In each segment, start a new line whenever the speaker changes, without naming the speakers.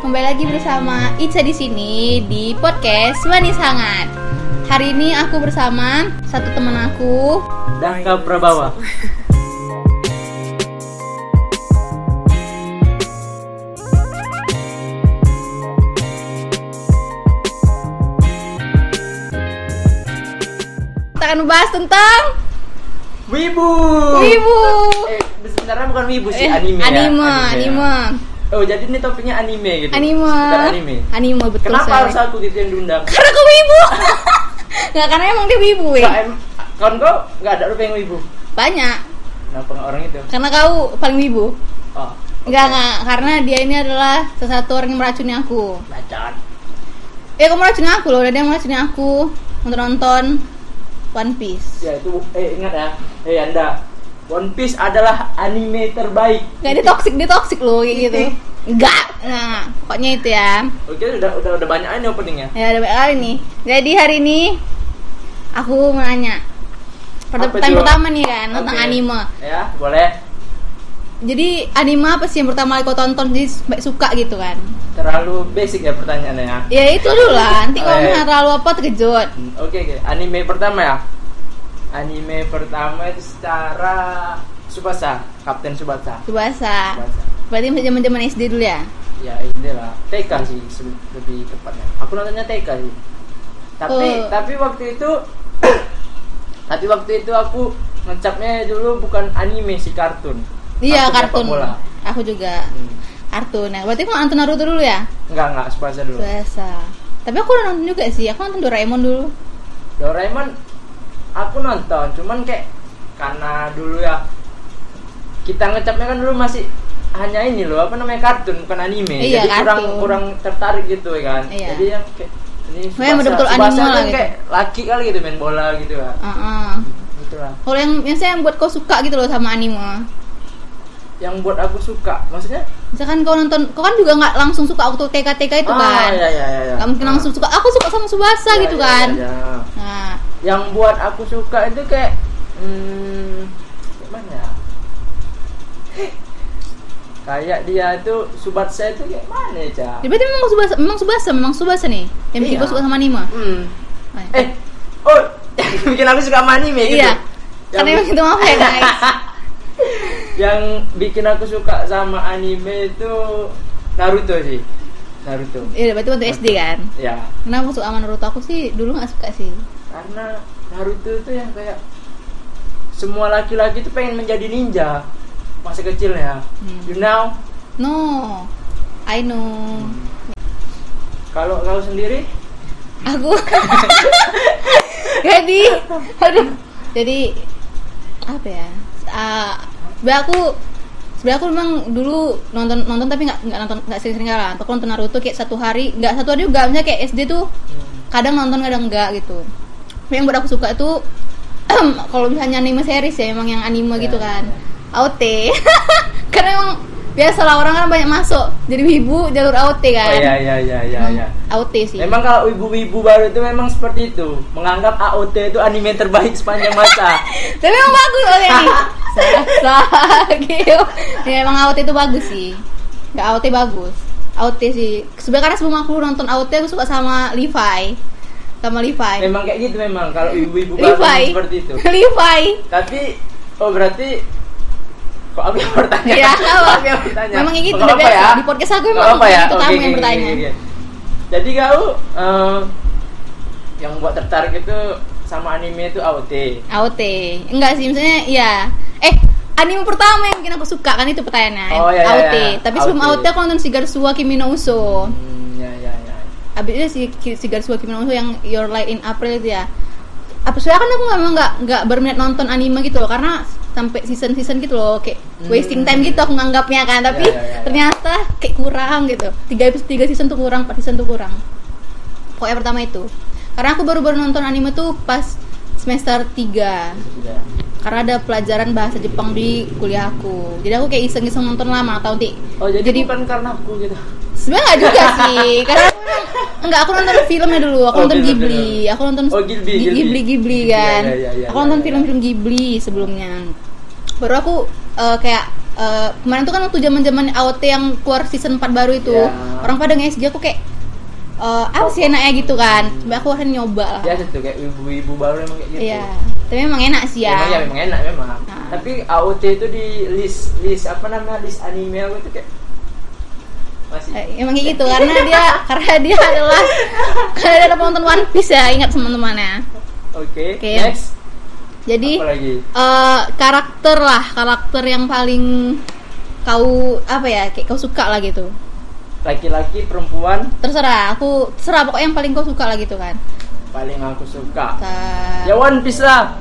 Kembali lagi bersama Ica di sini di podcast Manis Hangat. Hari ini aku bersama satu teman aku. Oh
Dangka Prabawa.
Kita akan membahas tentang
Wibu.
wibu.
Eh, sebenarnya bukan wibu sih,
Eh,
Oh. anime. ya,
anime,
anime.
anime,
Oh, jadi ini topiknya anime gitu.
anime,
Sekitar anime.
Anime, betul
Kenapa
sekali.
harus aku gitu yang diundang?
Karena aku wibu. Nggak karena emang dia wibu ya.
Kak, em- Kawan kau nggak ada rupa yang wibu.
Banyak.
Kenapa nggak orang itu?
Karena kau paling wibu.
Oh,
Enggak, enggak, karena dia ini adalah sesuatu orang yang meracuni aku.
macan.
Ya, kamu meracuni aku loh, dan dia meracuni aku untuk nonton One Piece.
Ya itu, eh ingat ya, eh anda. One Piece adalah anime terbaik.
Enggak, dia toxic, dia toxic loh, kayak gitu. Enggak, nah, pokoknya itu ya.
Oke, udah udah udah banyak ini openingnya.
Ya, ada banyak kali nih. Jadi hari ini aku mau nanya. Perta-
Apa,
Pertanyaan
Jo?
pertama nih kan, tentang
Oke.
anime.
Ya, boleh.
Jadi anime apa sih yang pertama kali kau tonton jadi sampai suka gitu kan?
Terlalu basic ya pertanyaannya ya.
Ya itu dulu lah, nanti kalau
Eh.
misalnya terlalu apa terkejut.
Hmm, Oke, oke. Anime pertama ya. Anime pertama itu secara Subasa, Kapten Subasa.
Subasa.
Tsubasa.
Berarti masih zaman-zaman SD dulu ya?
Ya inilah TK sih se- lebih tepatnya. Aku nontonnya TK sih. Tapi
Oh.
tapi waktu itu tapi waktu itu aku ngecapnya dulu bukan anime sih kartun.
Iya
sepak
kartun.
Bola.
Aku juga
Hmm.
kartun. Nah, berarti mau nonton Naruto dulu ya?
Enggak enggak Subasa dulu.
Biasa. Tapi aku udah nonton juga sih. Aku nonton Doraemon dulu.
Doraemon Ya, aku nonton cuman kayak karena dulu ya kita ngecapnya kan dulu masih hanya ini loh apa namanya kartun bukan anime
Iya,
jadi kurang
kartun.
kurang tertarik gitu ya kan
Iya.
jadi yang kayak ini
Oh, yang betul-betul
Tsubasa
anime lah
kan
gitu.
kayak laki kali gitu main bola gitu kan
Heeh.
gitu lah
Ah, Kalau yang yang saya buat kau suka gitu loh sama anime.
yang buat aku suka maksudnya
Misalkan kau nonton, kau kan juga nggak langsung suka waktu TK-TK itu kan.
ya, ya, ya, ya.
Nggak mungkin langsung suka. Aku suka sama Subasa
Ya,
gitu
ya,
kan.
ya, ya.
Nah,
yang buat aku suka itu kayak hmm, gimana ya kayak dia tuh subat saya tuh kayak mana ya Ca?
ya berarti memang Subasa, memang Subasa, memang Subasa nih yang bikin
Iya.
kau suka sama anime.
hmm.
Nah,
eh oh yang bikin aku suka sama anime gitu
Iya. Karena
yang,
emang itu maaf ya guys.
yang bikin aku suka sama anime itu Naruto sih Naruto
Iya, berarti waktu SD kan.
ya
Kenapa suka sama Naruto aku sih dulu nggak suka sih.
karena Naruto tuh yang kayak semua laki-laki tuh pengen menjadi ninja masa kecilnya
Hmm.
you know
No, I know.
Kalau kau sendiri,
Aku jadi, aduh, jadi apa ya? Ah, sebenarnya aku sebenarnya aku memang dulu nonton nonton tapi nggak nggak nonton nggak sering-sering lah. Aku nonton Naruto kayak satu hari, nggak satu hari juga. Misalnya kayak SD tuh kadang nonton kadang enggak gitu. Tapi yang buat aku suka itu kalau misalnya anime series ya memang yang anime
Ya,
gitu kan.
ya.
AOT. Karena emang biasalah orang kan banyak masuk jadi wibu jalur AOT kan.
oh iya iya iya iya.
Emang
iya.
AOT sih.
Memang kalau ibu-ibu baru itu memang seperti itu, menganggap AOT itu anime terbaik sepanjang masa.
Tapi emang bagus oleh ini. Sah, gitu. Ya emang AOT itu bagus sih. Enggak AOT bagus. AOT sih. Sebenarnya karena sebelum aku nonton AOT aku suka sama Levi. Sama Levi.
memang kayak gitu memang kalau ibu-ibu baru
Levi.
memang seperti itu.
Levi.
Tapi oh berarti kok aku yang bertanya?
Ya,
Kok aku
apa?
yang bertanya?
Memang kayak gitu
Nggak
udah
apa-apa
biasa.
ya?
Di podcast aku
Nggak
memang
apa-apa ya?
itu kamu
Oke, oke,
yang
oke,
bertanya.
oke. Jadi kau eh, yang buat tertarik itu sama anime itu AOT.
AOT. Enggak sih, maksudnya ya. Eh, anime pertama yang bikin aku suka kan itu pertanyaannya.
Oh, iya, iya,
AOT.
iya.
Tapi sebelum
AOT.
AOT aku nonton Shigarsuwa Kimi no Uso.
Hmm, ya ya ya.
Abis itu si Ki- Shigarsuwa Kimi no Uso yang Your Light in April itu ya. Apa soalnya kan aku memang nggak nggak berminat nonton anime gitu loh karena sampai season-season gitu loh kayak
Hmm.
wasting time gitu aku nganggapnya kan tapi
Iya, iya, iya, iya.
ternyata kayak kurang gitu tiga episode tiga season tuh kurang empat season tuh kurang pokoknya pertama itu karena aku baru-baru nonton anime tuh pas semester 3
Sudah.
karena ada pelajaran bahasa Jepang di kuliah aku jadi aku kayak iseng-iseng nonton lama tau nanti
Oh jadi,
Jadi-
bukan karena aku gitu.
sebenarnya nggak juga sih karena aku memang- enggak aku nonton filmnya dulu aku
Oh,
nonton
film,
Ghibli
film.
aku nonton
Oh, Ghibli,
Ghi-
Ghibli.
Ghibli Ghibli kan
Iya, iya, iya,
aku
iya,
nonton
iya.
film-film Ghibli sebelumnya baru aku eh, kayak eh, kemarin tuh kan waktu zaman zaman AOT yang keluar season 4 baru itu
Iya.
orang pada nge-SG aku kayak eh, apa sih enaknya gitu kan coba aku akan nyoba lah
biasa Ya, tuh kayak ibu-ibu baru emang kayak Hmm. Iya, gitu
iya tapi memang enak sih ya
Emang ya memang enak memang.
Nah.
Tapi AOT itu di list list apa namanya list anime aku itu kayak masih
Eh, emang kayak gitu karena dia karena dia adalah karena dia adalah penonton One Piece ya ingat teman-temannya
oke.
Oke.
Next.
jadi
apa lagi?
eh karakter lah karakter yang paling kau apa ya kayak kau suka lah gitu
Laki-laki perempuan
terserah aku terserah pokoknya yang paling kau suka lah gitu kan
paling aku suka.
Ka-
Ya One Piece lah.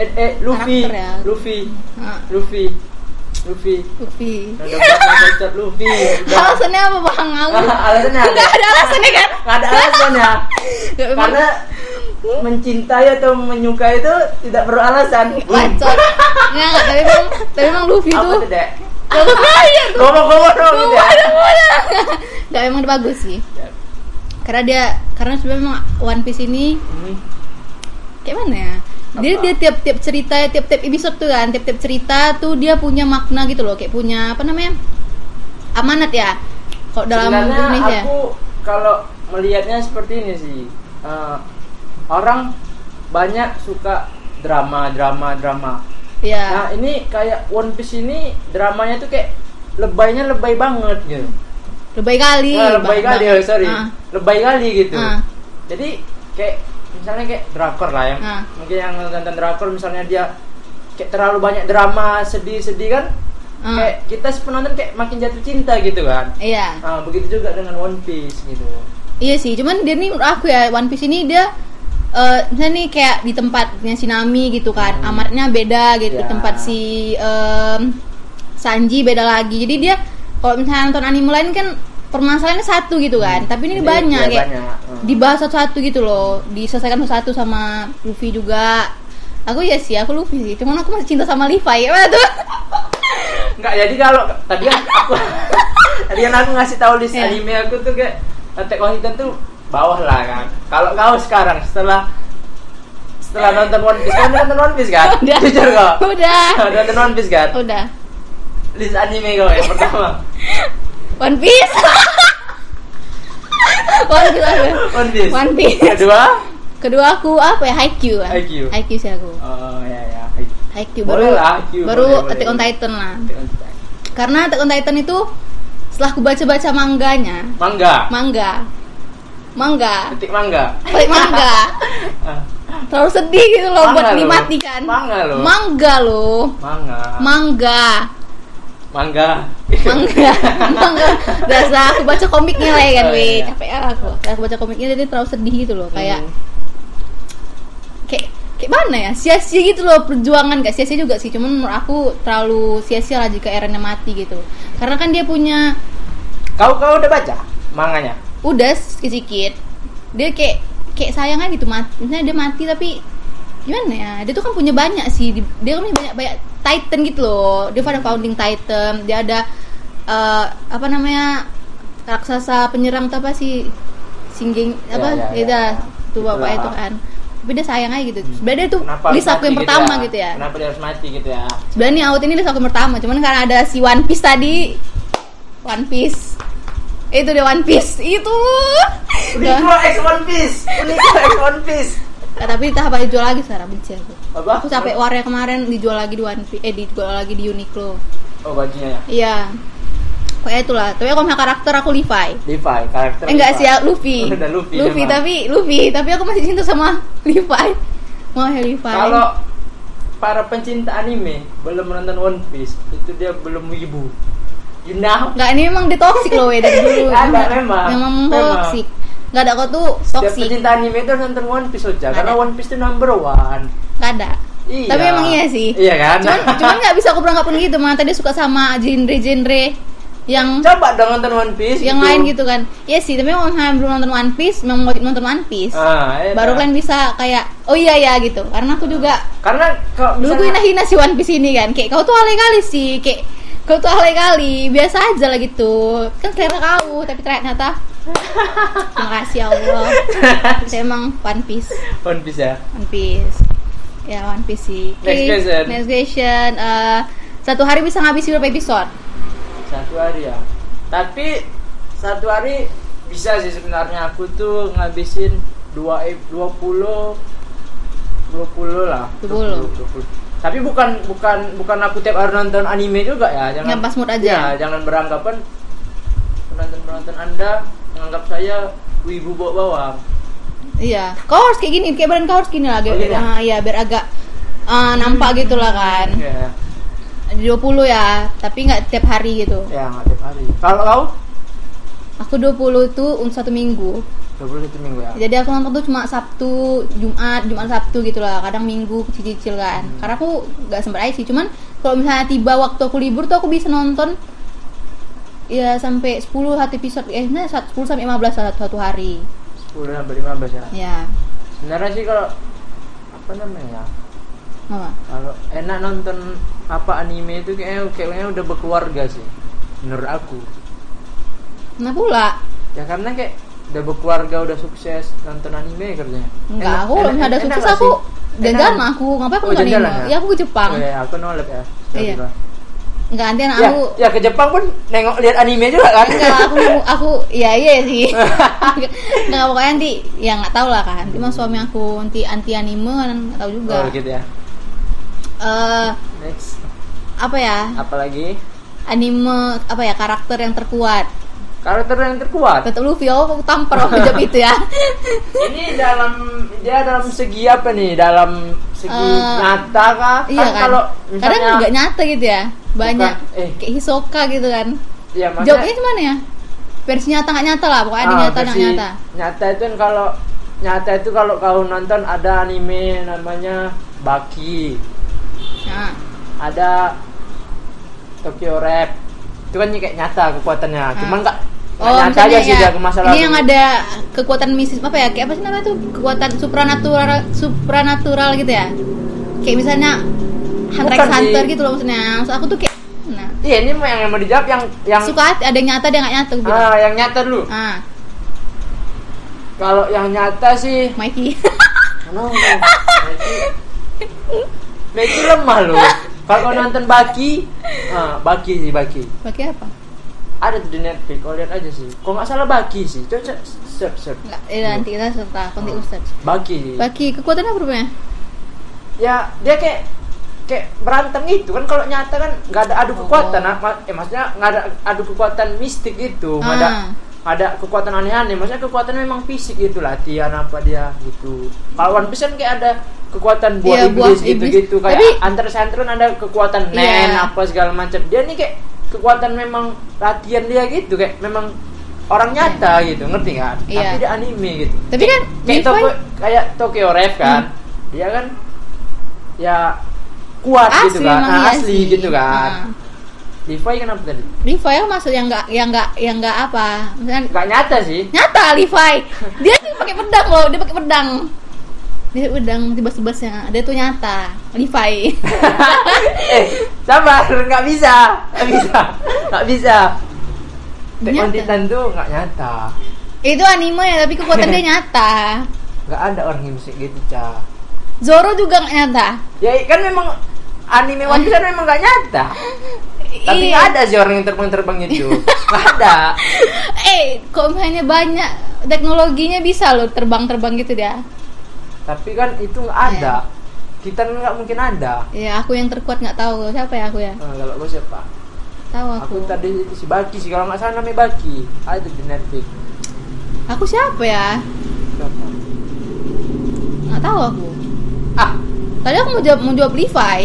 Eh, eh Luffy,
Karakter ya.
Luffy,
Ah,
Luffy, Luffy.
Luffy
Udah bakal cocok Luffy. Udah.
alasannya apa bang aku
alasannya ada.
nggak ada alasannya kan
Nggak ada alasan ya.
Nggak, emang-
Karena mencintai atau menyukai itu tidak perlu alasan.
Iya.
Hmm.
bacot nggak nggak, tapi memang tapi memang Luffy
Apa
tuh
tuh, Dek?
nggak kebayang
Ngomong-ngomong dong, Dek.
nggak emang dia bagus sih karena dia karena sebenarnya memang One Piece ini
Ini
kayak mana ya dia
Apa?
dia tiap-tiap cerita tiap-tiap episode tuh kan tiap-tiap cerita tuh dia punya makna gitu loh kayak punya apa namanya amanat ya kalau dalam ya?
Sebenarnya
Indonesia
aku kalau melihatnya seperti ini sih Eh, orang banyak suka drama drama drama
ya
nah ini kayak One Piece ini dramanya tuh kayak lebaynya lebay banget gitu
lebay kali
Wah, lebay
Bang-
kali
Bang.
oh, sorry
Ah,
lebay kali gitu
Ah.
jadi kayak misalnya kayak drakor lah ya. yang
Ah.
mungkin yang nonton drakor misalnya dia kayak terlalu banyak drama sedih-sedih kan
Ah.
kayak kita penonton kayak makin jatuh cinta gitu kan
iya
Ah, begitu juga dengan One Piece gitu.
iya sih cuman dia nih menurut aku ya One Piece ini dia eh misalnya nih kayak di tempatnya Sinami gitu kan
Hmm.
amatnya beda gitu
Ya.
tempat si em, Sanji beda lagi jadi dia kalau misalnya nonton anime lain kan permasalahannya satu gitu kan tapi ini
Jadi,
banyak
ya,
kayak
banyak. Hmm.
dibahas satu-satu gitu loh diselesaikan satu-satu sama Luffy juga aku ya sih aku Luffy sih cuman aku masih cinta sama Levi ya tuh
Nggak, jadi kalau tadi kan aku tadi kan aku ngasih tahu list
Iya.
anime aku tuh kayak Attack on Titan tuh bawah lah kan. Kalau kau sekarang setelah setelah nonton One Piece kan nonton One Piece kan?
Iya. Udah.
Jujur kau.
udah
nonton One Piece kan?
udah
List anime kau yang pertama.
One Piece One Piece aku.
One Piece.
One Piece.
Kedua?
kedua aku apa ya Haikyuu kan
Haikyuu.
sih aku
Oh ya ya.
Haikyuu
Boleh
baru
lah, Haikyuu,
baru
boleh, boleh.
Attack on Titan lah
Attack on Titan.
karena Attack on Titan itu setelah aku baca-baca mangganya
Mangga.
mangga mangga
Petik mangga.
balik mangga
Ah,
terlalu sedih gitu loh
Mangga
buat
loh.
dinikmati kan
Mangga loh.
mangga loh
Mangga.
mangga
Mangga.
mangga mangga biasa aku baca komiknya lah ya kan
Oh,
weh
iya.
capek ya aku aku baca komiknya jadi terlalu sedih gitu loh kayak
Hmm.
kayak kayak mana ya sia-sia gitu loh perjuangan gak sia-sia juga sih cuman menurut aku terlalu sia-sia lah jika Erennya mati gitu karena kan dia punya
Kau kau udah baca manganya?
udah sedikit dia kayak kayak sayang aja gitu mati misalnya dia mati tapi gimana ya dia tuh kan punya banyak sih Di- dia kan punya banyak banyak titan gitu loh dia pada founding titan dia ada eh, apa namanya raksasa penyerang tuh apa sih singging
Ya,
apa
ya,
ya,
ya, ya.
tuh bapak
Itulah. Hmm.
itu kan tapi dia sayang aja gitu sebenarnya dia tuh
Kenapa
list
harus
aku yang
mati
pertama gitu ya
Kenapa dia harus mati gitu ya?
sebenarnya nih out ini list aku yang pertama cuman karena ada si One Piece tadi One Piece itu dia One Piece itu Udah.
Uniqlo X One Piece, Uniqlo X One Piece.
Eh, tapi tahap dijual lagi sekarang benci aku.
Apa?
Aku capek warnya kemarin dijual lagi di One Piece, eh dijual lagi di Uniqlo.
Oh bajunya ya.
Iya. Kayak itulah. Tapi kalau misalnya karakter aku Levi.
Levi karakter.
Eh, enggak
Levi.
sih, ya, Luffy.
Udah Luffy. memang.
tapi Luffy, tapi aku masih cinta sama Levi. Mau ya Levi.
kalau para pencinta anime belum menonton One Piece itu dia belum wibu. You know?
enggak ini memang dia toxic loh weh, dari dulu.
Ada, memang.
Memang
Memang.
toxic. Enggak ada kau tuh
Setiap
toxic.
pencinta anime itu harus nonton One Piece aja karena
Ada.
One Piece itu number one.
Enggak ada.
Iya.
Tapi emang iya sih.
Iya kan?
Cuman cuman enggak bisa aku beranggapan gitu, mah tadi suka sama genre-genre yang
Coba dong nonton One Piece.
yang
itu.
lain gitu kan iya sih tapi memang kalian belum nonton One Piece memang wajib nonton One Piece
Ah, iya.
baru kalian bisa kayak oh iya ya gitu karena aku juga
Karena kalau
dulu gue
misalnya-
hina-hina si One Piece ini kan kayak kau tuh alay kali sih kayak kau tuh alay kali biasa aja lah gitu kan selera kau tapi ternyata terima kasih ya Allah saya emang One Piece
One Piece ya.
One Piece ya One Piece sih
Next
Oke,
question.
next question Eh, satu hari bisa ngabisin berapa episode
satu hari ya tapi satu hari bisa sih sebenarnya aku tuh ngabisin dua ep- 20 20 lah
20.
20. tapi bukan bukan bukan aku tiap hari nonton anime juga ya jangan
Yang pas mood aja.
ya, jangan beranggapan penonton penonton anda menganggap saya wibu bawa bawang
iya kau harus kayak gini kayak badan kau harus gini lah
Oh,
kayak,
gini ya?
ah, iya biar agak ah, nampak gitu lah kan
ya
Di 20 ya tapi nggak tiap hari gitu
ya nggak tiap hari kalau kau
aku 20 tuh untuk satu minggu
21 minggu ya
jadi aku nonton tuh cuma Sabtu, Jumat, Jumat Sabtu gitu lah. Kadang Minggu kecil-kecil kan.
Hmm.
Karena aku nggak sempat aja sih. Cuman kalau misalnya tiba waktu aku libur tuh aku bisa nonton ya sampai 10 satu episode eh nah, sat- 10 sampai 15 lah satu, satu hari.
10 sampai 15 ya
Ya.
sebenarnya sih kalau apa namanya ya?
Mama.
kalau enak nonton apa anime itu kayaknya kayaknya udah berkeluarga sih menurut aku
Kenapa Nah, pula?
ya karena kayak udah berkeluarga udah sukses nonton anime kerjanya
Enggak,
Enak-
aku kalau
enak-
misalnya ada
enak
sukses
gak
aku
sih?
jajan
Enak.
mah aku ngapain aku
Oh,
nonton
jalan
anime?
ya?
Ya aku ke Jepang.
oh, ya, aku nolep ya Sorry,
Iya.
Pak.
Enggak nanti anak
ya,
aku
ya ke Jepang pun nengok lihat anime juga kan
enggak aku aku iya iya sih enggak pokoknya nanti ya nggak tahu lah kan cuma suami aku anti anti anime kan nggak tahu juga
oh gitu ya
Eh,
next
apa ya
apalagi
anime apa ya karakter yang terkuat
karakter yang terkuat
tetap Luffy oh aku tampar waktu jawab itu ya
ini dalam dia dalam segi apa nih dalam segi
Eh,
nyata kah
iya kan
kalau
kadang
misalnya
nggak nyata gitu ya banyak
Bukan, eh.
kayak Hisoka gitu kan
ya, maksudnya-
jawabnya gimana ya versi nyata nggak nyata lah pokoknya ada
Ah,
nyata nggak
versi
nyata
nyata itu kan kalau nyata itu kalau kau nonton ada anime namanya Baki
nah,
ada Tokyo Rap itu kan kayak nyata kekuatannya
Ah.
cuman nggak nggak
Oh,
nyata aja
misalnya
sih
ya,
dia ke masa lalu
Ini yang ada kekuatan misis apa ya? Kayak apa sih namanya tuh? Kekuatan supranatural supranatural gitu ya. Kayak misalnya Hunter x
Bukan
Hunter
sih.
gitu loh maksudnya. Maksud aku tuh kayak nah,
iya ini mau yang yang mau dijawab yang yang
suka hati- ada yang nyata ada yang nggak nyata aku bilang.
ah yang nyata dulu
Ah,
kalau yang nyata sih
Mikey.
no, no. Baki- Baki lemah loh kalau kau nonton Baki ah, Baki sih Baki
Pakai apa?
ada tuh di Netflix, kau lihat aja sih. Kalau nggak salah bagi sih, coba cek- search search.
Enggak, ya, nanti kita serta nanti
Oh.
ustaz.
Bagi sih.
Bagi kekuatan apa rupanya?
Ya dia kayak kayak berantem gitu kan kalau nyata kan nggak ada adu kekuatan,
Oh.
ah. Ma- eh maksudnya nggak ada adu kekuatan mistik gitu, nggak ada
Ah.
nggak ada kekuatan aneh-aneh, maksudnya kekuatan memang fisik gitu latihan apa dia gitu. Kalau One Piece kan kayak ada kekuatan buah
Iya, buah
iblis gitu-gitu
iblis.
kayak
Tapi-
antar santren ada kekuatan
Iya.
nen apa segala macam. Dia nih kayak kekuatan memang latihan dia gitu kayak memang orang nyata gitu, ngerti kan?
Iya.
Tapi dia anime gitu
Tapi kan
kayak
Levi-
Tokyo, kayak Tokyo Ref kan dia kan ya kuat gitu
emang
kan nah,
iya
asli
sih.
gitu kan
Ah.
Levi kenapa tadi
Levi yang masuk yang nggak yang nggak yang nggak apa? Misalnya
nggak nyata sih
Nyata Levi. Dia tuh pakai pedang loh, dia pakai pedang. Dia pakai pedang tibas-tibasnya. Dia tuh nyata, Levi.
eh sabar nggak bisa nggak bisa nggak bisa Attack on
Nyata.
Titan tuh nggak nyata
Itu anime ya, tapi kekuatan dia nyata.
nggak ada orang yang bisa gitu cah
Zoro juga nggak nyata.
ya kan memang anime One Piece kan memang nggak nyata
Ih,
tapi nggak ada sih orang yang terbang-terbang itu nggak ada
Eh, kok misalnya banyak teknologinya bisa loh terbang-terbang gitu dia.
tapi kan itu nggak ada Titan nggak mungkin ada
Ya aku yang terkuat nggak tahu siapa ya aku ya.
Nah, kalau gue siapa?
Tahu aku.
Aku tadi itu si Baki sih, kalau nggak salah namanya Baki Ada di Netflix
Aku siapa ya?
Siapa?
Nggak tahu aku.
Ah,
Tadi aku mau jawab mau jawab Levi.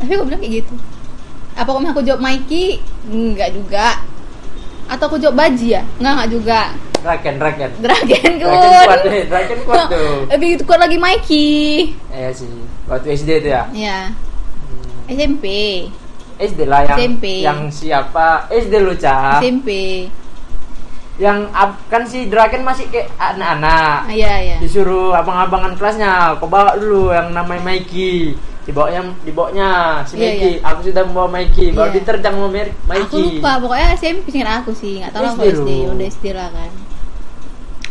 Tapi aku bilang kayak gitu. Apa kalau misalnya aku jawab Mikey? Enggak juga. Atau aku jawab Baji ya? Enggak, enggak juga.
Draken, Draken
Dragon
Draken
Kun.
kuat nih, Draken kuat tuh
Lebih kuat lagi Mikey.
Iya sih, waktu SD itu ya
Ya,
Hmm.
SMP.
SD lah yang
SMP.
yang siapa SD lu cah
SMP.
yang ab- kan si Draken masih kayak anak-anak
Ah, Iya, iya.
disuruh abang-abangan kelasnya kau bawa dulu yang namanya Mikey dibawanya dibawanya
Iya,
si Mikey aku sudah membawa Mikey baru
Iya.
diterjang sama Mer- Mikey
Aku lupa, pokoknya SMP singkat aku sih, nggak tahu aku
SD
SD,
lu.
udah SD lah kan.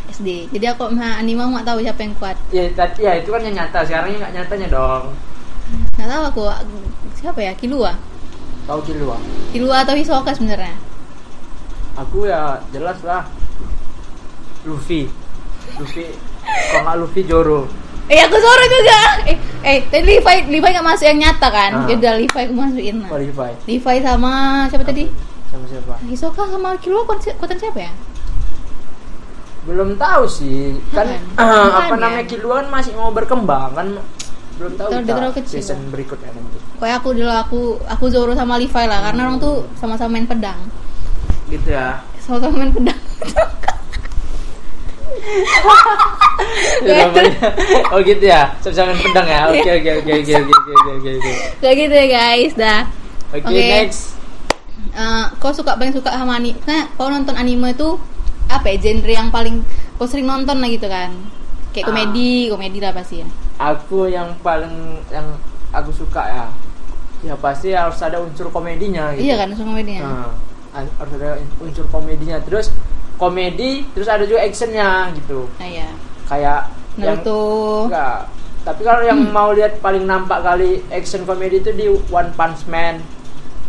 SD.
Iya,
Jadi aku sama anime nggak tahu siapa yang kuat.
Ya, tapi ya itu kan yang nyata. Sekarang yang nggak nyatanya dong.
nggak tahu aku siapa ya Kilua
Tahu Kilua?
Kilua atau Hisoka sebenarnya
Aku ya jelas lah. Luffy. Luffy. Kalau nggak Luffy Joro.
eh aku Zoro juga eh eh tadi Levi Levi nggak masuk yang nyata kan
Ah.
ya udah Levi aku masukin lah
Qualify.
Levi sama siapa tadi
Sama siapa?
Hisoka sama Kilua konsen- konten siapa ya
Belum tahu sih. Kan
Bukan.
apa
Bukan, ya?
namanya Kilua kan masih mau berkembang kan belum tahu
Terlalu-
kita
terlalu kecil.
season berikutnya nanti.
Kayak aku dulu aku aku Zoro sama Levi lah karena orang tuh sama-sama main pedang
Gitu ya.
sama-sama main pedang
Ya, namanya- oh gitu ya. Sama-sama main pedang ya. Oke
Iya.
oke oke oke oke oke oke oke.
kayak gitu ya guys dah
Oke
Oke.
next.
Eh, kau suka paling suka sama anime nah kau nonton anime itu apa ya genre yang paling kau sering nonton lah gitu kan kayak
Ah.
komedi komedi lah pasti ya
Aku yang paling yang aku suka ya. Ya pasti harus ada unsur komedinya gitu.
iya kan suka komedinya
Nah, an- harus ada unsur komedinya. Terus komedi, terus ada juga actionnya gitu.
nah iya
Kayak yang
Naruto Hmm.
enggak. Tapi kalau yang mau lihat paling nampak kali action komedi itu di One Punch Man,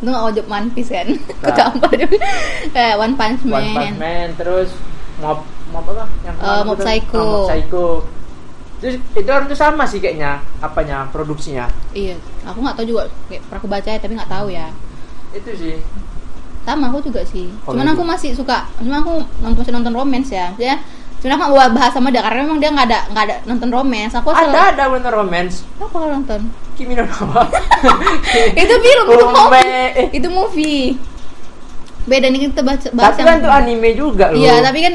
itu nggak wajib One Piece kan
Nah.
ketampak kayak "Eh, One Punch Man,
One Punch Man, terus Mob Mob apa? Yang
Eh,
kemarin
Mob
aku-
Psycho.
ah, Mob Psycho. Terus itu orang tuh sama sih kayaknya apanya produksinya.
iya aku nggak tahu juga kayak pernah aku baca ya tapi nggak tahu ya
Itu sih.
sama aku juga sih cuman
Komedi.
aku masih suka cuman aku nonton masih nonton romance ya ya cuman aku nggak bahas sama dia karena memang dia nggak ada nggak ada nonton romance aku selalu-
ada ada bener romance.
aku kalau nonton
Kimi no Na wa.
itu film itu
Romance.
movie
Eh,
itu movie beda nih kita baca bahas
Tapi kan tuh anime juga loh.
iya tapi kan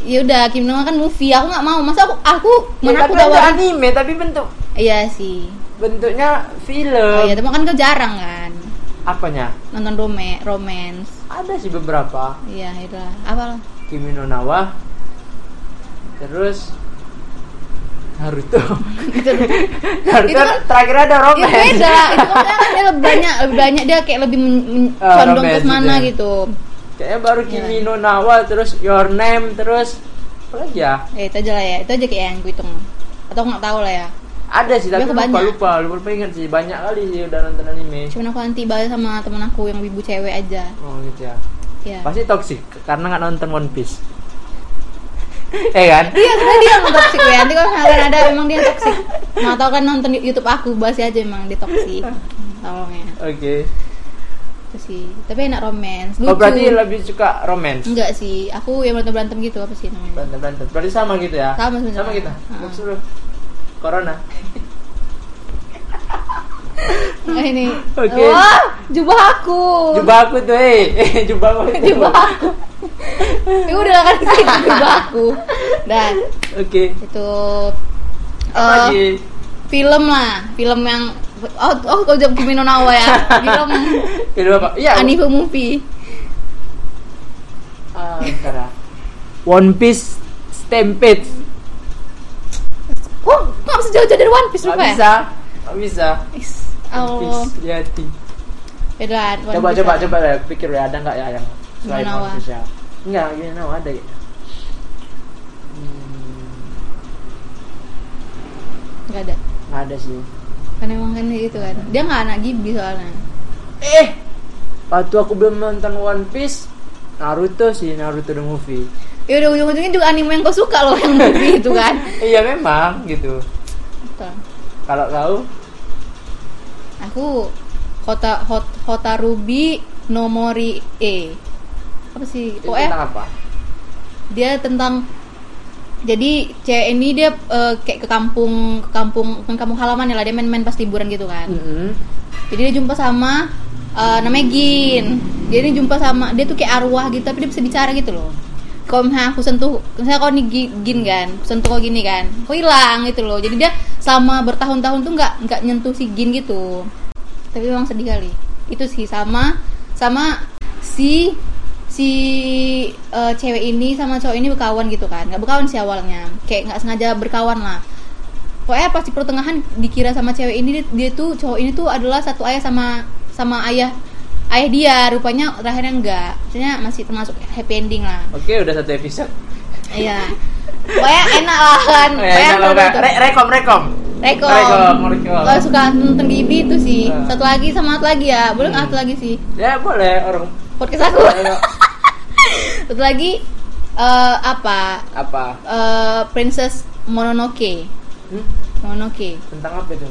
ya udah Kim Jong Un kan movie aku nggak mau masa aku aku
Ya,
mana
tapi
aku
kan tuh
tawarin
anime tapi bentuk
iya sih
bentuknya film.
oh iya tapi kan kau jarang kan
Apanya?
nonton rome romance
Ada sih beberapa.
iya itu lah apa lah
Kimi no Na wa. Terus Naruto. Naruto
Itu kan-
terakhir ada
Iya
romance.
beda, itu maksudnya kan dia lebih banyak, lebih banyak dia kayak lebih men- men-
Ah,
condong ke
romance
mana
gitu ya.
gitu.
Kayaknya baru
Iya.
Kimi no Na wa, terus Your Name, terus apa lagi ya?
Ya itu aja lah ya, itu aja kayak yang gue hitung. Atau nggak tahu lah ya.
Ada sih, tapi
Iya,
lupa,
kebanyak.
lupa, lupa, lupa ingat sih. Banyak kali sih udah nonton anime.
Cuman aku nanti bahas sama temen aku yang ibu cewek aja.
Oh gitu ya.
Iya.
Pasti toxic, karena nggak nonton One Piece. eh kan?
Iya, sebenarnya dia yang toksik ya. Nanti kalau misalkan ada emang dia yang toksik. Nah, atau kan nonton di YouTube aku bahas aja emang dia toksik. Tolong ya.
Oke.
Itu sih. Tapi enak romance, lucu.
Oh berarti lebih suka romance?
Enggak sih, aku yang berantem-berantem gitu apa sih namanya?
Berantem berantem. Berarti sama gitu ya?
Sama sebenarnya. Ah.
Sama kita.
Heeh.
Maksud lu, Corona.
Nah, ini.
Oke.
Wah, jubah aku.
Jubah aku tuh, eh, eh jubah aku. tuh.
Oh. jubah aku ya udah kan skip jubah aku dan
Oke.
itu
Apa
eh,
lagi?
film lah film yang oh oh kau jawab Kimi no Na wa ya film
Kedua apa? Iya.
anime movie
Ah, bentar ya. One Piece Stampede.
oh nggak bisa jauh-jauh dari One Piece
Gak
lupa ya
bisa. Gak bisa.
Is,
One
Allah
Piece Yati.
Beneran, One Oh.
Coba
Piece
coba
lah.
coba ya. Pikir ya ada nggak ya yang selain
Gimana,
One
Wak?
Piece ya? Enggak, you know ada. ya? Hmm,
nggak ada
nggak ada sih.
kan emang kan gitu kan dia nggak anak Ghibli soalnya
Eh, waktu aku belum nonton One Piece, Naruto sih Naruto the movie.
ya udah ujung-ujungnya juga anime yang kau suka loh yang movie itu kan
Iya memang gitu.
Betul.
Kalau kau,
Aku kota hot, kota Ruby Nomori E. Apa sih?
itu
Pokoknya
tentang apa?
dia tentang jadi cewek ini dia eh, kayak ke kampung ke kampung ke kampung halaman ya lah dia main-main pas liburan gitu kan.
Mm-mm.
Jadi dia jumpa sama eh, namanya Gin. Jadi dia jumpa sama dia tuh kayak arwah gitu tapi dia bisa bicara gitu loh. Kalau misalnya aku sentuh, misalnya kau nih Gi- Gin kan, aku sentuh kau gini kan, kau hilang gitu loh. Jadi dia sama bertahun-tahun tuh nggak nggak nyentuh si Gin gitu. Tapi memang sedih kali. Itu sih sama sama si si eh, cewek ini sama cowok ini berkawan gitu kan nggak berkawan sih awalnya kayak nggak sengaja berkawan lah pokoknya pas di pertengahan dikira sama cewek ini dia, dia tuh cowok ini tuh adalah satu ayah sama sama ayah ayah dia rupanya terakhirnya enggak maksudnya masih termasuk happy ending lah
Oke, udah satu episode.
iya pokoknya enak lah kan
Eh,
Pokoknya aku
kalau nggak-
nonton.
Re- rekom rekom.
eh, Rekom.
Rekom, rekom.
Kalau suka nonton Gibi itu sih.
Nah.
Satu lagi sama satu lagi ya. Belum
Hmm.
satu lagi sih.
ya boleh orang
Podcast aku. satu lagi eh, apa?
apa
Eh, Princess Mononoke.
Hmm?
Mononoke.
tentang apa itu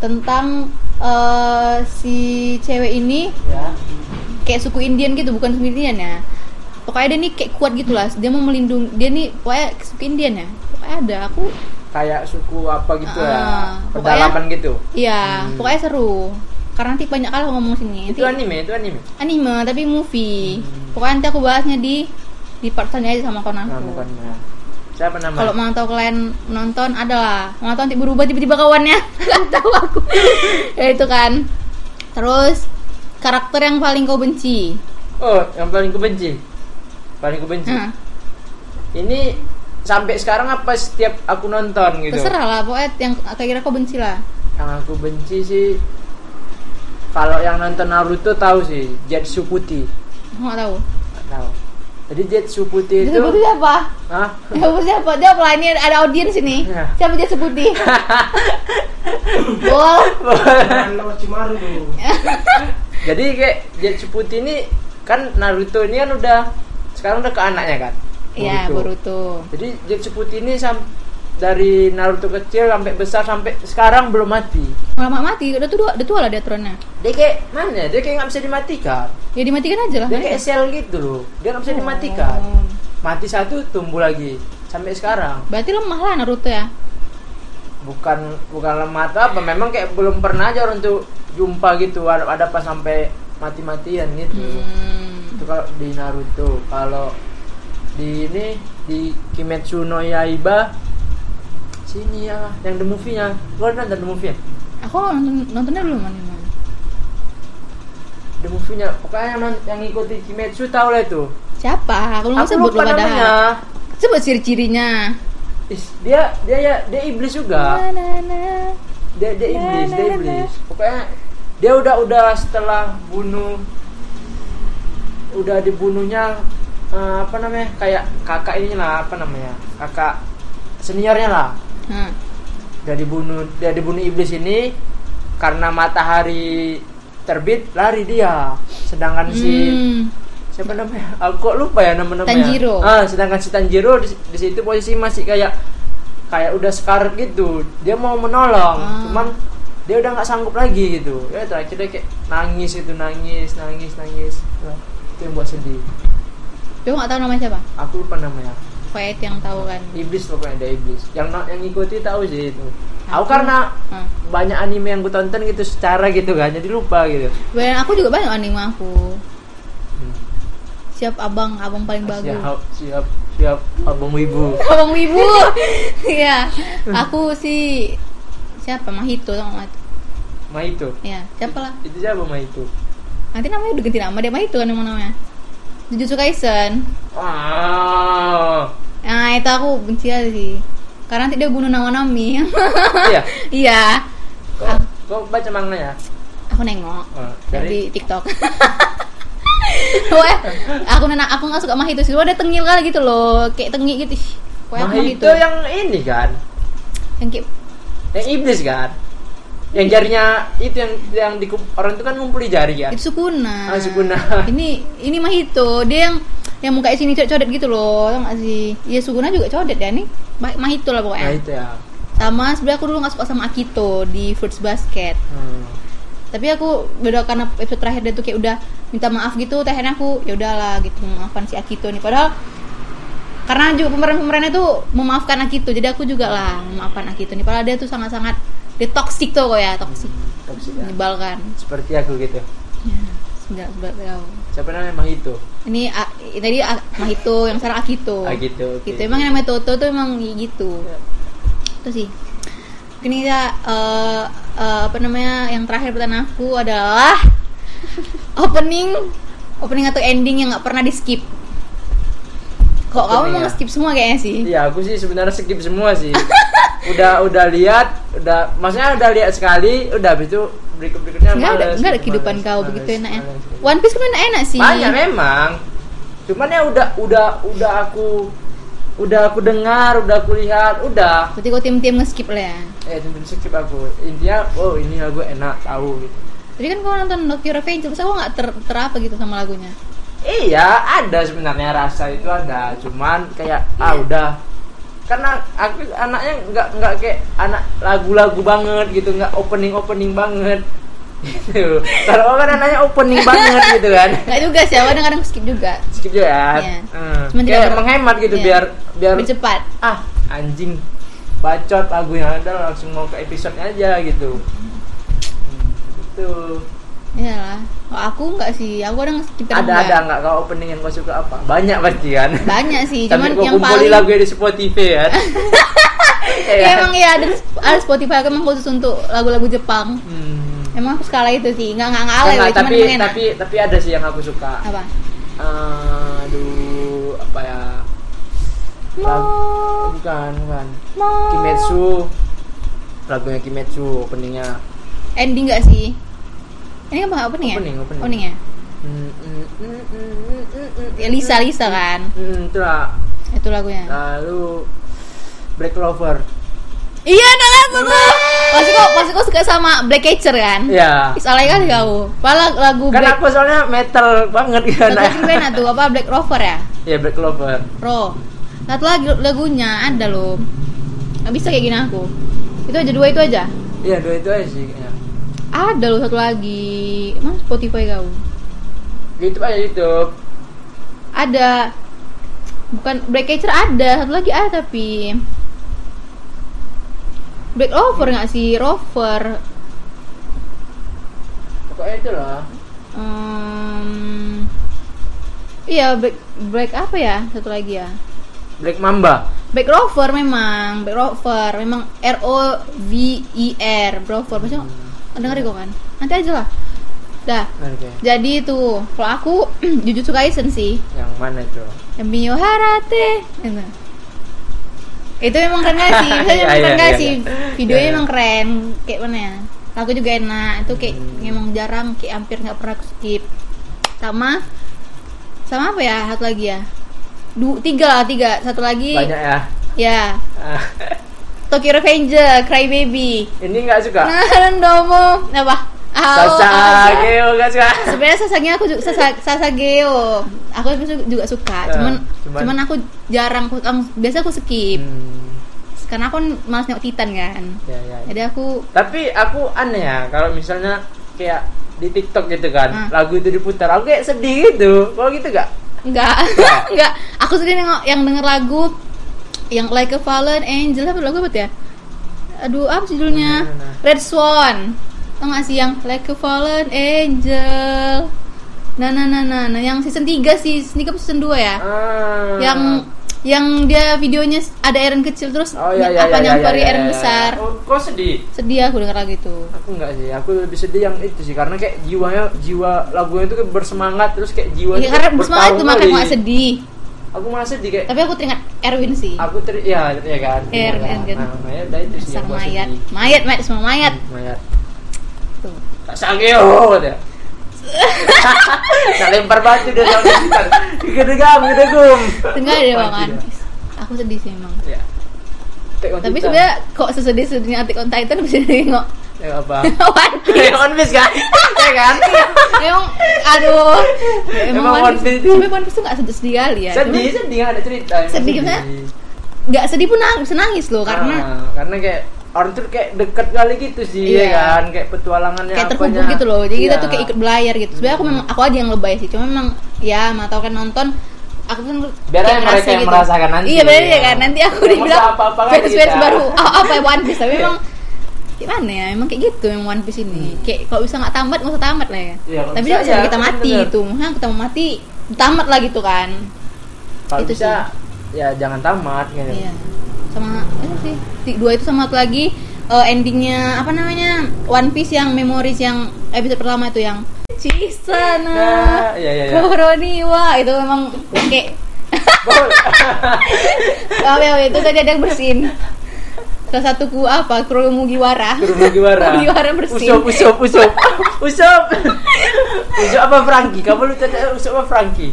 Tentang eh, si cewek ini
ya
kayak suku Indian gitu bukan suku Indian ya pokoknya dia nih kayak kuat gitu lah dia mau melindungi dia nih pokoknya suku Indian ya pokoknya ada aku
kayak suku apa gitu ya
Ah, pokoknya-
pedalaman gitu
iya
Hmm.
pokoknya seru karena nanti banyak kali aku ngomong sini nanti
itu anime itu anime
anime tapi movie
Hmm.
pokoknya nanti aku bahasnya di di part aja sama kawan aku
nah, bukan ya. siapa nama
Ah. kalau mau tahu kalian nonton adalah mau tahu nanti berubah tiba-tiba kawannya nggak tahu aku ya itu kan terus karakter yang paling kau benci
oh yang paling kubenci paling kubenci
nah,
ini sampai sekarang apa setiap aku nonton gitu
terserah lah pokoknya yang kira-kira kau benci lah
yang aku benci sih kalau yang nonton Naruto tahu sih Jetsu putih
aku nggak tahu
Nggak tahu jadi Jetsu
Dia
putih itu
sebutin siapa?
Hah?
Dia sebutin siapa? Dia apa? Ini ada audiens ini.
Iya.
Siapa dia sebutin? Bol.
Nama Cimaru dulu.
jadi kayak Jetsu putih ini kan Naruto ini kan udah sekarang udah ke anaknya kan
Iya, Boruto.
jadi Jetsu putih ini sam- dari Naruto kecil sampai besar sampai sekarang belum mati
Lama mati, udah tua, udah tua lah dia turunnya.
dia kayak mana ya? dia kayak nggak bisa dimatikan
Ya dimatikan aja lah.
dia kayak sel gitu loh dia nggak bisa dimatikan
Oh.
mati satu tumbuh lagi sampai sekarang
Berarti lemah lah Naruto ya.
bukan bukan lemah atau apa memang kayak belum pernah aja orang tuh jumpa gitu ada, ada pas sampai mati-matian gitu
Hmm.
itu kalau di Naruto kalau di ini di Kimetsu no Yaiba sini ya yang the movie nya lo udah nonton the movie nya
Aku nonton, nontonnya belum mana mana.
the movie nya pokoknya yang, non- yang ngikutin Kimetsu tau lah itu
Siapa? Aku belum sebut lu padahal. Sebut ciri-cirinya.
Ih, dia dia ya dia iblis juga
Na, na, na.
dia dia iblis
Nah, nah,
dia
nah,
iblis pokoknya dia udah udah setelah bunuh udah dibunuhnya eh, apa namanya kayak kakak ini lah apa namanya kakak seniornya lah
Hah.
udah dibunuh dia dibunuh iblis ini karena matahari terbit lari dia sedangkan Kan si
Hmm.
siapa namanya aku kok lupa ya nama-namanya
Tanjiro.
ah sedangkan si Tanjiro di, di situ posisi masih kayak kayak udah sekarat gitu dia mau menolong
Ah.
cuman dia udah nggak sanggup lagi gitu ya terakhir dia kayak nangis itu nangis nangis nangis Wah, itu yang buat sedih
Aku nggak tahu namanya siapa.
aku lupa namanya
Quiet yang tahu kan.
iblis pokoknya ada iblis yang na- yang ngikuti tahu sih itu aku
Aku-
karena
Hah.
banyak anime yang gue tonton gitu secara gitu kan jadi lupa gitu
Ben, aku juga banyak anime aku.
Hmm.
Siap abang, abang paling bagus.
siap siap siap abang wibu
Abang Wibu. Iya. aku sih siapa Mahito sama Mahito.
ma itu
Ya, siapa lah.
itu siapa ma itu
Nanti namanya udah ganti nama dia Mahito kan emang namanya. Jujutsu Kaisen.
Wow.
Nah, itu aku benci aja sih. Karena nanti dia bunuh Nawanami.
Iya.
Iya.
Kok, kok baca manganya?
Aku nengok
Oh,
dari
dari
TikTok. Wah, aku nena, aku nggak suka Mahito sih. Wah, dia tengil kali gitu loh, kayak tengil gitu. Ih, Wah, aku
Mahito
Mahito.
yang ini kan,
yang kayak
yang iblis kan, yang
Iya.
jarinya itu yang yang di orang itu kan ngumpuli jari kan.
Itu Sukuna.
Ah, Sukuna.
Ini ini Mahito, dia yang yang mukanya sini codet-codet gitu loh, tau gak sih? Iya Sukuna juga codet ya nih. Ma- Mahito lah
Nah
pokoknya.
itu ya.
Sama sebenarnya aku dulu gak suka sama Akito di Fruits Basket.
Hmm.
Tapi aku beda karena episode terakhir dia tuh kayak udah minta maaf gitu, terakhirnya aku ya udahlah gitu memaafkan si Akito nih. Padahal karena juga pemeran-pemerannya tuh memaafkan Akito, jadi aku juga lah memaafkan Akito nih. Padahal dia tuh sangat-sangat dia toxic tuh kok ya, toxic. kan?
Toksik ya.
Menyebalkan.
Seperti aku gitu.
Ya, enggak, enggak.
Siapa namanya Mahito?
ini A- ini tadi A- Mahito yang sekarang Akito
Ah gitu. Iya. oke.
gitu emang yang namanya Toto tuh emang gitu itu sih ini ya eh, eh, apa namanya yang terakhir pertanyaan aku adalah opening opening atau ending yang nggak pernah di skip kok kamu mau
Opening ya.
skip semua kayaknya sih
Iya, aku sih sebenarnya skip semua sih. udah udah lihat, udah maksudnya udah lihat sekali, udah habis itu berikut-berikutnya
nggak ada
Iya, males, gitu,
nggak ada
males,
kehidupan kau
males,
begitu enak ya
males, males.
One Piece kan enak enak sih
ya banyak memang cuman ya udah udah udah aku udah aku dengar udah aku lihat udah
Berarti kau tim-tim nge-skip lah ya.
eh tentu skip aku intinya oh ini lagu enak tahu gitu
Jadi kan kau nonton Tokyo Revenge, terus kau nggak ter, terapa gitu sama lagunya.
Iya, ada sebenarnya rasa itu ada, cuman kayak
Iya.
ah udah karena aku anaknya nggak nggak kayak anak lagu-lagu banget gitu nggak opening opening banget gitu kalau kan anaknya opening banget gitu kan
Nggak juga sih, aku kadang-kadang skip juga.
skip juga ya
Iya.
Hmm.
Cuman tidak
kayak
ber-
menghemat gitu
Iya.
biar biar
Bercepat.
ah anjing bacot lagu yang ada langsung mau ke episode aja gitu Hmm, gitu
Iyalah. Kalau aku nggak sih, aku kadang skip kadang
ada
nggak.
ada nggak kalau opening yang kau suka apa banyak pasti kan
Banyak sih,
Tapi
cuman
gua
yang
kumpulin
paling
lagu di Spotify ya.
Ya, emang ya ada, ada Spotify aku emang khusus untuk lagu-lagu Jepang.
Hmm.
Emang aku skala itu sih, nggak nggak ngalah
Nah,
ya, cuman
tapi
emang enak.
tapi tapi ada sih yang aku suka.
apa?
Aduh, apa ya? Lag- bukan, bukan.
Mo.
Kimetsu. Lagunya Kimetsu openingnya.
Ending nggak sih? Ini apa opening ya?
Opening, opening.
ya?
Hmm, hmm, hmm, hmm, hmm, hmm, hmm,
Ya, Lisa Lisa kan,
Hmm, itu lah.
itu lagunya.
Nah. Lalu Black Clover.
Iya, ada lagu tuh. Pasti kok, pasti kok suka sama Blackcatcher kan?
Ya.
Soalnya kan kau, malah lagu
Kan
oh, Black,
aku soalnya metal banget kan.
lagu keren lah tuh apa Black Rover ya?
ya Black Clover.
Pro. Satu lagi lagunya ada loh. Nggak bisa kayak gini aku. Itu aja dua itu aja.
Iya, dua itu aja sih. kayaknya.
Ada loh satu lagi. Mana Spotify kau?
YouTube aja YouTube.
Ada bukan Blackcatcher ada, satu lagi ada tapi Black Rover nggak sih? Rover.
Pokoknya itu lah.
Em, iya Black Black apa ya? Satu lagi ya.
Black Mamba.
Back Rover memang, Back Rover memang R O V I R, Rover. Maksudnya
Hmm.
dengar kok kan? Nanti aja lah. Dah.
Nah, Oke.
Jadi itu, kalau aku Jujutsu Kaisen sih.
Yang mana itu?
Miyo Harate. Gitu. Itu memang keren gak sih? Itu memang keren
Iya, iya,
gak
iya,
sih?
iya.
Videonya
Iya, iya.
emang keren. Kayak mana ya? Aku juga enak. Itu kayak
Hmm.
emang jarang, kayak hampir nggak pernah aku skip. Sama sama apa ya? Satu lagi ya. Du, tiga lah, tiga. Satu lagi.
Banyak ya.
Ya,
Ah,
Tokyo Revenger, Cry Baby.
ini nggak suka.
Nah, oh, Randomo. Apa? Au, apa?
Sasage oh, nggak suka.
Sebenarnya Sasageo aku juga Sasa- Sasageo. Aku juga- juga suka,
Ya,
cuman,
cuman-
cuman aku jarang aku ang- biasa aku skip.
Hmm,
Karena aku malas nengok Titan kan.
ya, ya.
Jadi aku
Tapi aku aneh ya kalau misalnya kayak di TikTok gitu kan,
Hmm.
lagu itu diputar, aku kayak sedih gitu. Kalau gitu nggak?
enggak enggak aku sendiri nengok yang denger lagu yang Like a Fallen Angel apa lagu apa ya? Aduh, apa sih judulnya?
Mana, mana?
Red Swan. Tau gak sih yang Like a Fallen Angel? Nah, nah, nah, nah, nah. yang season 3 sih, season 3 apa season 2 ya?
Ah.
Yang yang dia videonya ada Eren kecil terus
oh, ya, ya,
apa
ya, ya,
nyamperin
ya, ya,
Eren
ya.
besar.
Oh, kok sedih?
Sedih aku denger lagu itu.
Aku nggak sih, aku lebih sedih yang itu sih karena kayak jiwanya jiwa lagunya itu kayak bersemangat terus kayak jiwa
Ya, karena semangat itu makanya aku gak
sedih
sedih.
Aku malah sedih kayak
Tapi aku teringat Erwin sih.
aku ter ya ya kan
Iya,
Iya
kan, kan.
nah mayat dah itu sih
Dasar
yang gua
mayat.
sedih.
Mayat, mayat, semua mayat.
Hmm, mayat
Tuh.
tak sageo katanya tak lempar batu dia sama gitar gedegam gedegum
Dengar deh Bang
Pasti
Anis. Aku sedih sih emang.
dia. ya Take on
Tapi
kita.
sebenarnya kok sesedih-sedihnya Attack on Titan bisa nengok
ya apa
One Piece.
Take on bis kan ya kan
Emang aduh.
Emang One Piece itu-
Tapi One Piece tuh gak sedih sedih kali ya.
sedih sedih nggak ada cerita emang
Sedih, gimana? Gak sedih pun nangis, bisa nangis loh karena
Ah, karena kayak orang tuh kayak deket kali gitu sih
Iya.
ya kan kayak petualangannya
kayak terkubur
apanya.
gitu loh. Jadi kita
Iya.
tuh kayak ikut belayar gitu. Sebenarnya aku memang aku aja yang lebay sih. Cuma memang ya mau tau kan nonton aku kan
Biar
kayak
aja mereka
ngerasa
yang merasakan nanti,
Iya benar ya
ya.
kan. Nanti aku
Yang
dibilang
masa apa-apa Iya. kan
fans-fans
kita.
baru oh, apa ya One Piece tapi memang gimana ya emang kayak gitu memang One Piece ini kayak kalau bisa nggak tamat nggak usah tamat lah ya,
Hmm. Iya, kalau
tapi
bisa
dia sampai
ya,
kita mati
bener.
itu mah kita mau mati tamat lah gitu kan
kalau
Itu
bisa ya jangan tamat gitu.
gitu iya sama itu sih Di- dua itu sama satu lagi eh, endingnya apa namanya One Piece yang memories yang episode pertama itu yang Cisana
Nah, iya, iya, iya.
Koroniwa itu memang kayak
Betul.
apa ya itu tadi ada yang bersin salah satuku apa Kurumugiwara
Turun Mugiwara.
Mugiwara bersih.
Usop, usop, usop. usop. usop apa Franky? Kamu lu tanya usop apa Franky?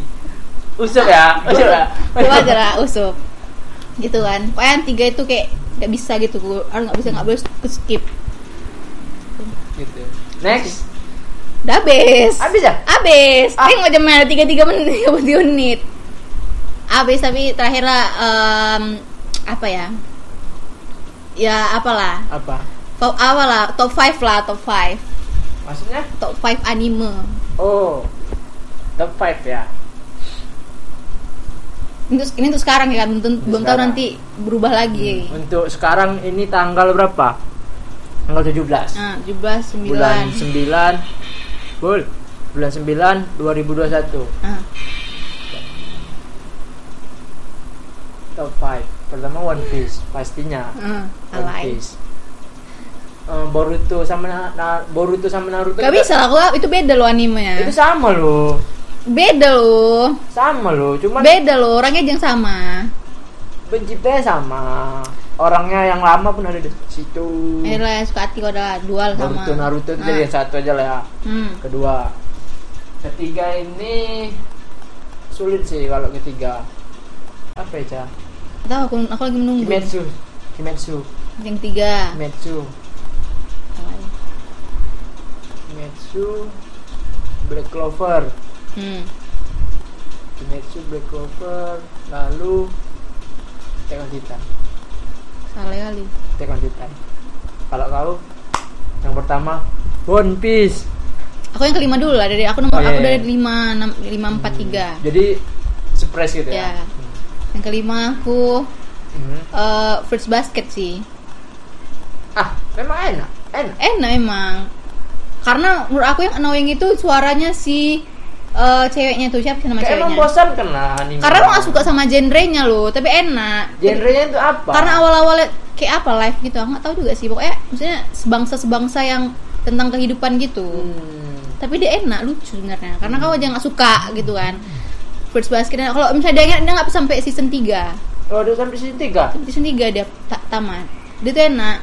Usop ya, usop ya.
Coba aja lah Usop gitu kan pokoknya yang tiga itu kayak nggak bisa gitu gue harus nggak bisa nggak boleh ke skip
gitu next
udah abis
habis ya
abis
Ah.
eh mau jaman tiga tiga menit tiga puluh menit abis tapi terakhir lah em, apa ya ya apalah
apa
top awal lah top five lah top five
maksudnya
top five anime
oh top 5 ya
ini untuk, ini untuk sekarang ya kan belum, belum tahu
sekarang.
nanti berubah lagi
Hmm. untuk sekarang ini tanggal berapa tanggal 17
nah, 17 9
bulan 9 Bul bulan 9 2021
Nah,
top 5 pertama One Piece pastinya
nah,
One
alay.
Piece Eh, Boruto sama Na- Na- Boruto sama Naruto
Gak
juga-
bisa lah, gua- itu beda loh animenya.
itu sama loh
Beda loh.
sama loh cuman
Beda loh, orangnya aja yang sama.
penciptanya sama orangnya yang lama pun ada di situ
Eh lah, yang suka hati gua adalah dual sama. Ah.
Naruto Naruto itu jadi yang satu aja lah ya
Hmm.
kedua ketiga ini sulit sih kalau ketiga apa ya Ca?
Tahu aku aku lagi menunggu.
Kimetsu Kimetsu
Yang tiga.
Kimetsu
Alay.
Kimetsu Black Clover
Hmm.
Kimetsu Black Clover lalu Attack on Titan
Salah kali.
Attack on Titan kalau kau yang pertama One Piece
Aku yang kelima dulu lah dari aku nomor
Oh, iya,
aku
iya.
dari lima enam lima empat tiga.
Hmm. jadi surprise gitu ya,
Ya. Yang kelima aku
Hmm.
eh Fruits Basket sih.
ah memang enak enak
enak emang karena menurut aku yang annoying itu suaranya si eh, ceweknya tuh siapa sih nama
kayak emang
ceweknya
bosan lah anime
karena aku gak suka sama genrenya loh tapi enak
genrenya itu apa
karena awal-awalnya kayak apa live gitu aku gak tahu juga sih pokoknya maksudnya sebangsa-sebangsa yang tentang kehidupan gitu
Hmm.
tapi dia enak lucu sebenarnya karena kau aja nggak suka gitu kan First Basket kalau misalnya dia ingat, dia nggak sampai season 3
Oh, udah sampai season 3.
season 3 dia ta- tamat dia tuh enak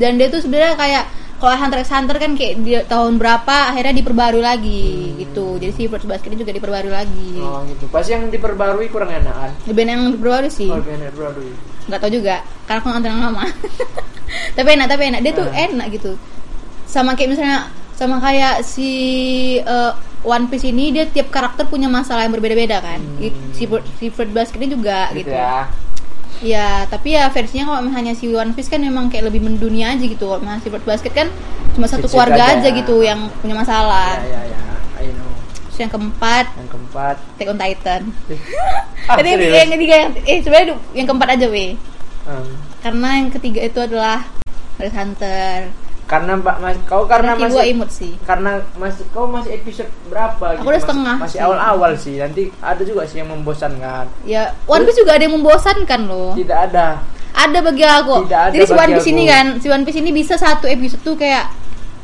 dan dia tuh sebenarnya kayak kalau Hunter x Hunter kan kayak di tahun berapa akhirnya diperbarui lagi gitu jadi si Fruits Basket ini juga diperbarui lagi
Hmm. Oh, gitu. Pasti yang diperbarui kurang enakan.
lebih enak yang diperbarui sih
Oh, benar diperbarui.
nggak tahu juga karena aku nonton yang lama tapi enak tapi enak dia tuh
Ah.
enak gitu sama kayak misalnya sama kayak si eh, One Piece ini dia tiap karakter punya masalah yang berbeda-beda kan
Hmm.
si Fruit- si Fruits Basket ini juga
Gitu
gitu,
ya.
Ya, tapi ya versinya kalau hanya si One Piece kan memang kayak lebih mendunia aja gitu. Kalau si Bird Basket kan cuma satu
Kecil
keluarga
aja.
aja gitu yang punya
Ya,
masalah.
ya, ya. I know.
Terus yang keempat,
Yang keempat.
Attack on Titan.
Ah,
Jadi yang
serius?
ketiga, yang ketiga yang eh sebenarnya du- yang keempat aja weh.
Hmm.
Karena yang ketiga itu adalah Hunter x Hunter.
Karena Mbak Mas, kau karena
Nanti gua
masih
imut sih.
karena masih kau masih episode berapa gitu?
Aku udah
Mas-
setengah
Masih
sih.
awal-awal sih. Nanti ada juga sih yang membosankan.
Ya, One Piece juga ada yang membosankan loh.
Tidak ada.
ada bagi aku.
Tidak ada
Jadi si One
bagi
Piece
aku.
ini kan, si One Piece ini bisa satu episode tuh kayak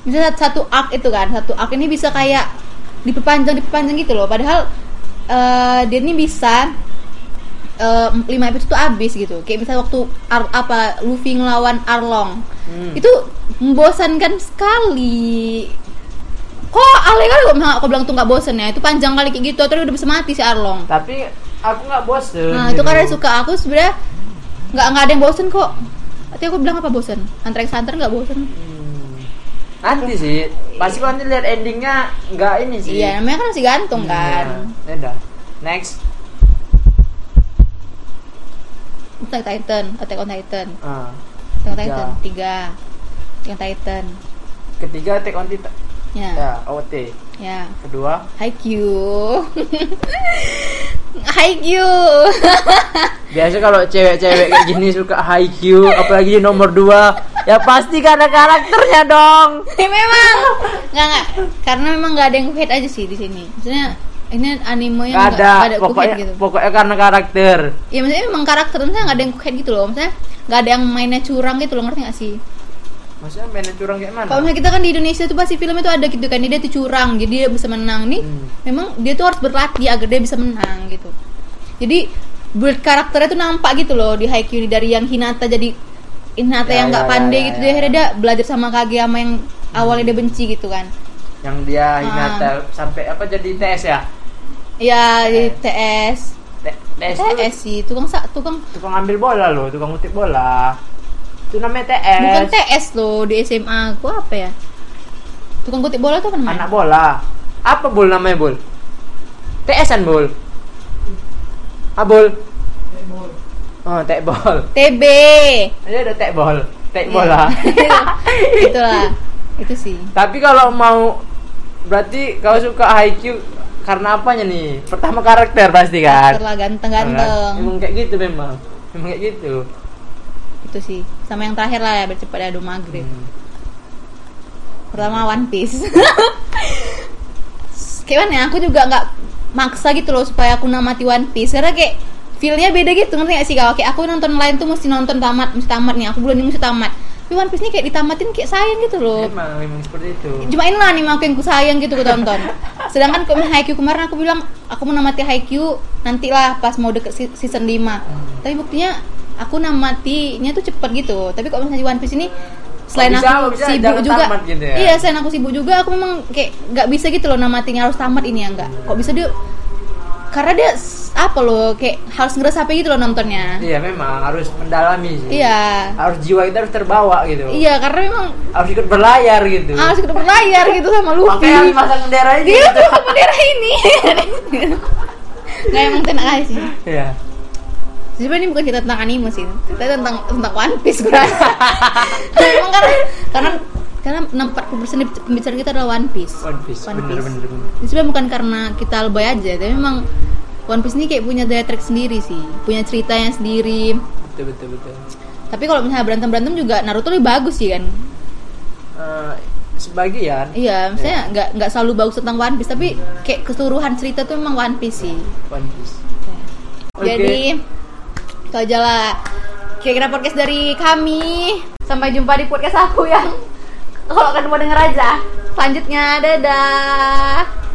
bisa satu, satu arc itu kan, satu arc ini bisa kayak diperpanjang diperpanjang gitu loh. Padahal eh, dia ini bisa eh, lima episode tuh habis gitu. Kayak misalnya waktu Ar- apa Luffy ngelawan Arlong.
Hmm.
Itu membosankan sekali. Kok alay kali kok aku bilang tuh nggak bosen ya? Itu panjang kali kayak gitu, terus udah bisa mati si Arlong.
Tapi aku nggak bosen. gitu.
Nah itu karena suka aku sebenarnya nggak nggak ada yang bosen kok. Tapi aku bilang apa bosen? Hunter x Hunter nggak bosen.
Hmm. Nanti sih, pasti kau nanti lihat endingnya nggak ini sih.
Iya namanya kan masih gantung
Hmm,
kan.
ya. Ya udah. Next.
Attack Titan, Attack on Titan,
Ah.
Attack on
Tiga.
Titan tiga, Attack on Titan.
Ketiga Attack on Titan.
Ya,
Ya, OT.
ya.
Kedua,
Haiq Haiq
biasa kalau cewek-cewek kayak gini suka Haikyuu, apalagi di nomor 2. Ya pasti karena karakternya dong.
Eh, memang nggak nggak karena memang nggak ada yang kuhit aja sih di sini. Maksudnya ini anime yang
Gak
Oh, iya, nggak- nggak
ada,
kuhit gitu.
pokoknya pokoknya karena karakter.
ya maksudnya memang karakter maksudnya nggak ada yang kuhet gitu loh maksudnya nggak ada yang mainnya curang gitu loh ngerti nggak sih
Maksudnya mainnya curang kayak mana?
kalau misalnya kita kan di Indonesia tuh pasti film itu ada gitu kan dia tuh curang jadi dia bisa menang nih
Hmm.
memang dia tuh harus berlatih agar dia bisa menang gitu jadi build karakternya tuh nampak gitu loh di Haikyuu ini dari yang Hinata jadi Hinata
Ya,
yang nggak
ya,
pandai
ya, ya,
gitu
ya.
dia akhirnya dia belajar sama Kageyama yang awalnya dia benci gitu kan Ah.
eh, Yang dia Hinata sampai apa jadi TS ya?
ya di
Eh.
TS
T- TS tuh
TS sih tukang sa tukang
tukang ambil bola loh, tukang ngutip bola. Itu namanya TS.
bukan TS loh di SMA gua apa ya tukang kutip bola tuh apa namanya
Anak bola. Apa bol namanya bol? TS-an bol. Abol.
Bol.
Oh, tek bol.
TB
Ini ada tek bol, tek bola.
Iya. itulah itu sih
Tapi kalau mau berarti kau suka HiQ karena apanya nih? Pertama karakter pasti kan.
terlah
Kan?
ganteng-ganteng
Emang kayak gitu memang. Emang kayak gitu.
itu sih sama yang terakhir lah ya bercepat ya, adu maghrib
Hmm.
pertama One Piece kayak mana ya, aku juga nggak maksa gitu loh supaya aku namati One Piece karena kayak feelnya beda gitu ngerti gak sih kak kayak aku nonton lain tuh mesti nonton tamat mesti tamat nih aku bulan ini mesti tamat tapi One Piece ini kayak ditamatin kayak sayang gitu loh
Memang memang seperti itu.
cuma inilah nih aku yang ku sayang gitu ku tonton sedangkan kok Haikyuu kemarin aku bilang aku menamati Haikyuu nantilah pas mau deket si- season 5
Hmm.
tapi buktinya aku namatinya tuh cepet gitu tapi kok misalnya One Piece ini selain
Oh, bisa,
aku
bisa,
sibuk
jangan
juga
tamat gitu ya.
iya selain aku sibuk juga aku memang kayak nggak bisa gitu loh namatinya harus tamat ini ya enggak kok bisa dia karena dia s- apa loh kayak harus ngeresapi gitu loh nontonnya
Iya memang harus mendalami sih.
iya
Harus jiwa kita harus terbawa gitu.
iya karena memang
Harus ikut berlayar gitu.
harus Iya. ikut berlayar gitu sama Luffy
Makanya harus pasang bendera ini.
dia
gitu.
tuh ke bendera ini nggak emang tenang aja sih
Iya.
sebenarnya ini bukan cerita tentang anime sih cerita tentang tentang One Piece gue rasa emang karena karena karena enam empat persen pembicaraan kita adalah One Piece
One Piece.
One
bener,
Piece.
bener, bener.
Ini sebenarnya bukan karena kita lebay aja tapi memang One Piece ini kayak punya daya tarik sendiri sih punya ceritanya sendiri
Betul, betul, betul.
tapi kalau misalnya berantem berantem juga Naruto lebih bagus sih kan
Eh, sebagian.
iya misalnya nggak nggak selalu bagus tentang One Piece tapi kayak keseluruhan cerita tuh memang One Piece sih
One Piece. Oke.
Jadi itu aja lah kira-kira podcast dari kami. Sampai jumpa di podcast aku yang kalau kalian mau denger aja. Selanjutnya dadah.